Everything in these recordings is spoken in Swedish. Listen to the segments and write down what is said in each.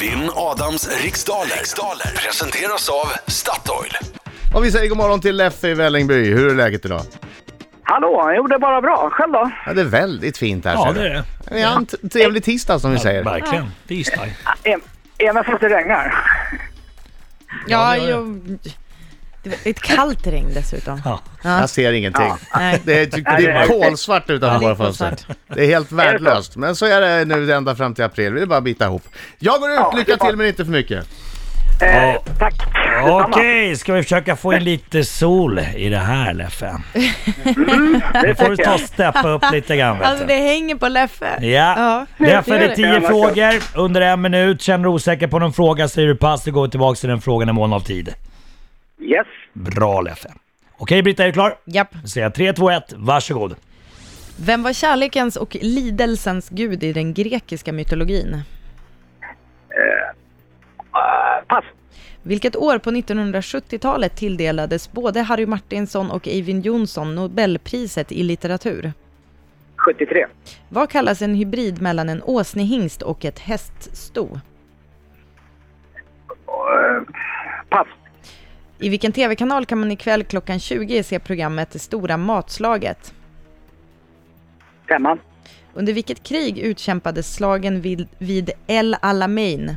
Vinn Adams riksdaler. riksdaler presenteras av Statoil. Och vi säger god morgon till Leffe i Vällingby. Hur är läget idag? Hallå, jo det är bara bra. Själv då? Ja, det är väldigt fint här. ser Ja, du. det är det. Vi har en t- trevlig tisdag som vi Ja, säger. verkligen. Tisdag. Ä- Även fast det regnar. Ja, Ja, det gör jo, det var ett kallt regn dessutom. Ja. Jag ser ingenting. Nej. Det är, det Nej, det är är- kolsvart utanför våra Ja, det är fönster. kolsvart. Det är helt värdelöst. Men så är det nu ända fram till april. Vi är bara att bita ihop. Jag går ut. Ja, det Lycka är bara- till men inte för mycket. Eh, Ja. Tack. Okej, Detsamma. ska vi försöka få in lite sol i det här Leffe? Det Nu får du tycker ta jag. och steppa upp lite grann. vet Alltså du. det hänger på Leffe. Ja, Leffe det är tio Ja, vad frågor under en minut. Känner du osäker på någon fråga säger du pass och går tillbaka till den frågan i mån av tid. Yes. Bra Leffe. Okej Britta, är du klar? Japp. Då säger jag 3, 2, 1, varsågod. Vem var kärlekens och lidelsens gud i den grekiska mytologin? Eh, pass. Vilket år på 1970-talet tilldelades både Harry Martinsson och Eivind Johnson Nobelpriset i litteratur? 73. Vad kallas en hybrid mellan en åsnehingst och ett häststo? Eh, pass. I vilken tv-kanal kan man ikväll klockan 20 se programmet Det stora matslaget? Femman. Under vilket krig utkämpades slagen vid, vid El Alamein?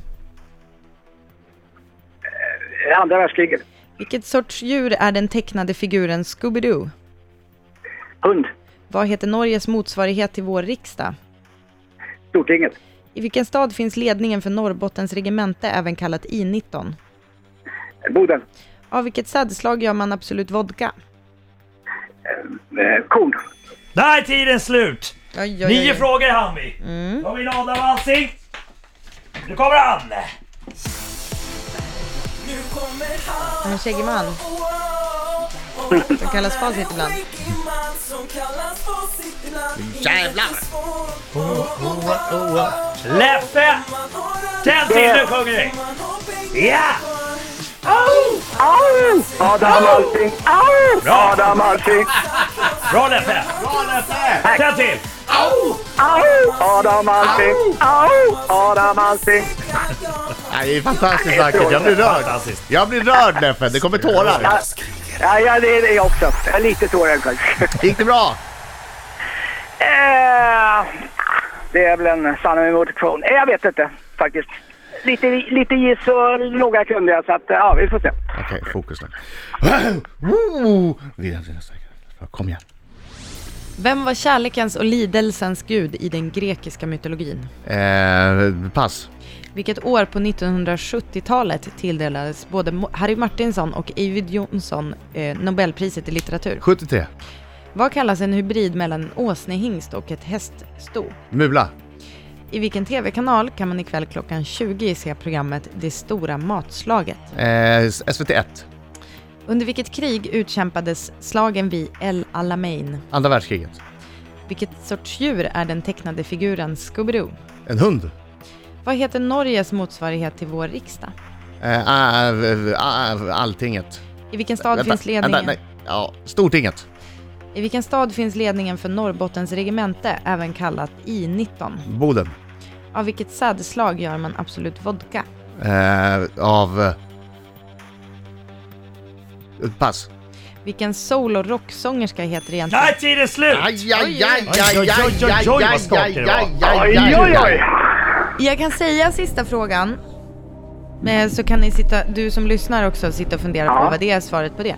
Eh, Andra världskriget. Vilket sorts djur är den tecknade figuren Scooby-Doo? Hund. Vad heter Norges motsvarighet till vår riksdag? Stortinget. I vilken stad finns ledningen för Norrbottens regemente, även kallat I-19? Eh, Boden. Av vilket sädesslag gör man Absolut Vodka? Eh, Korn. Där är tiden slut! Oj, Nio frågor hann vi. Kom in Adam Alsing. Nu kommer han! En Käggeman, som kallas Facit ibland. Jävlar! Leffe! Den tiden sjunger vi! Ja! Adam Alsing. Au! Bra. Adam Alsing. Bra Leffe! Den till! Au! Adam Alsing. Au! Adam Alsing. Nej, Det är fantastiskt vackert. Jag blir rörd. Fantastiskt. Jag blir rörd Leffe. Det kommer tårar. Ja, ja, det är det jag också. Jag är lite tårögd kanske. Gick det bra? Eh, Det är väl en sanning med modifikation. Eh, Jag vet inte faktiskt. Lite, lite giss och några kunde jag så att eh, ja, vi får se. Okej, fokus nu. Woo! Vidare till nästa. Kom igen. Vem var kärlekens och lidelsens gud i den grekiska mytologin? Eh, pass. Vilket år på 1970-talet tilldelades både Mo- Harry Martinsson och Eivind Johnson eh, Nobelpriset i litteratur? 73. Vad kallas en hybrid mellan en åsnehingst och ett häststo? Mula. I vilken tv-kanal kan man ikväll klockan 20 se programmet Det stora matslaget? Eh, SVT 1. Under vilket krig utkämpades slagen vid El Alamein? Andra världskriget. Vilket sorts djur är den tecknade figuren Scooby-Doo? En hund. Vad heter Norges motsvarighet till vår riksdag? Eh, ah, v- ah, v- alltinget. I vilken stad finns ledningen? vänta, nej. Ja, Stortinget. I vilken stad finns ledningen för Norrbottens regemente, även kallat I-19? Boden. Av vilket sädesslag gör man Absolut Vodka? Eh, av... eh, Pass. Vilken soul och rocksångerska heter egentligen... Där är tiden slut! Aj, aj, aj, aj, Oj, oj, oj, aj, aj, oj, aj, oj, aj, vad skakigt det var. aj, aj, Oj, aj, oj, oj! aj. Jag kan säga sista frågan. Eh, Så kan ni sitta, du som lyssnar också sitta och fundera på Ja. vad det är svaret på det.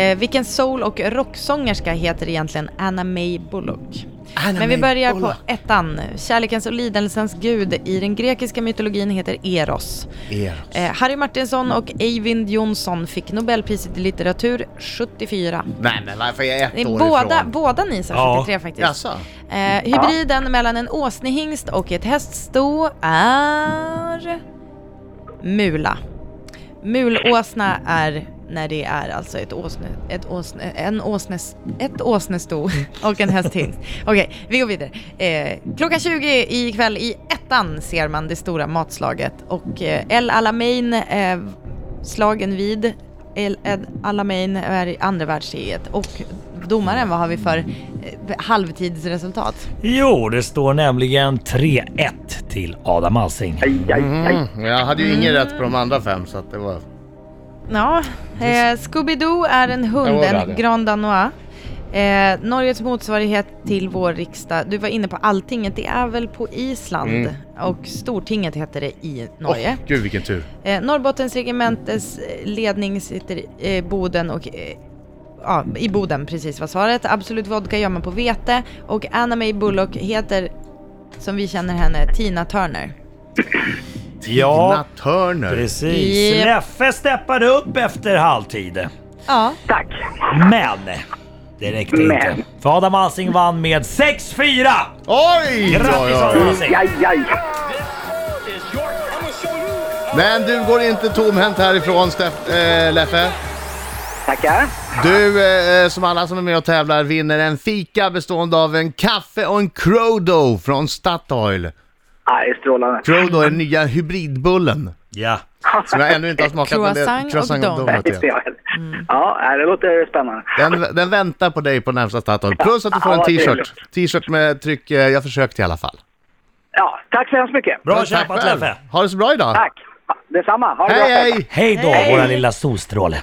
Eh, vilken soul och rocksångerska heter egentligen Anna May Bullock? Anna Men vi May börjar Bullock. på ettan. Kärlekens och lidelsens gud i den grekiska mytologin heter Eros. Er. Eh, Harry Martinsson och Eivind Johnson fick Nobelpriset i litteratur 74. Nej, men varför är jag Det ett är år båda, ifrån? båda ni sa Ja. 73 faktiskt. Jaså? Eh, hybriden mellan en åsnehingst och ett häststo är mula. Mulåsna är när det är alltså ett åsne, ett åsne, en åsnes, ett åsnesto och en hästhingst. Okej, vi går vidare. Eh, klockan 20 ikväll i ettan ser man det stora matslaget och eh, El Alamein, eh, slagen vid El, El Alamein är i andra världskriget och domaren, vad har vi för eh, halvtidsresultat? Jo, det står nämligen 3-1 till Adam Alsing. Aj, aj, aj. Mm, jag hade ju inget rätt på de andra fem så att det var... Ja, eh, Scooby-Doo är en Jag hund, var där, ja. en Grand Danois. Eh, Norges motsvarighet till vår riksdag. Du var inne på Alltinget, det är väl på Island? Och Stortinget heter det i Norge. Åh, gud vilken tur. Eh, Norrbottens regementes eh, ledning sitter i eh, Boden och eh, Ja, i Boden precis var svaret. Absolut vodka gör man på vete och Anna May Bullock heter, som vi känner henne, Tina Turner. Tina Ja, Turner. precis. Japp. Leffe steppade upp efter halvtid. Ja, Tack. Men det räckte Men. inte. För Adam Alsing vann med 6-4! Oj! oj, Grattis oj. Adam Alsing! Aj, aj, aj. Men du går inte tomhänt härifrån Steff, eh, Leffe. Tackar. Du, eh, som alla som är med och tävlar, vinner en fika bestående av en kaffe och en Crodo från Statoil. Aj, strålande. Crodo är den nya hybridbullen. Ja. Som jag ännu inte har smakat. men det är Croissant och donut. donut, ja. Inte jag heller. Ja, nej, det låter spännande. den, den väntar på dig på närmsta Statoil. Plus att du får Ja, en vad t-shirt. trevligt. T-shirt med tryck, eh, jag försökte i alla fall. Ja, tack så hemskt mycket. Bra Men tack kämpat själv. Leffe! Ha det så bra idag. Tack. Detsamma. Ha det bra. Hej själv. hej! Hej då, Hej. våra lilla solstråle.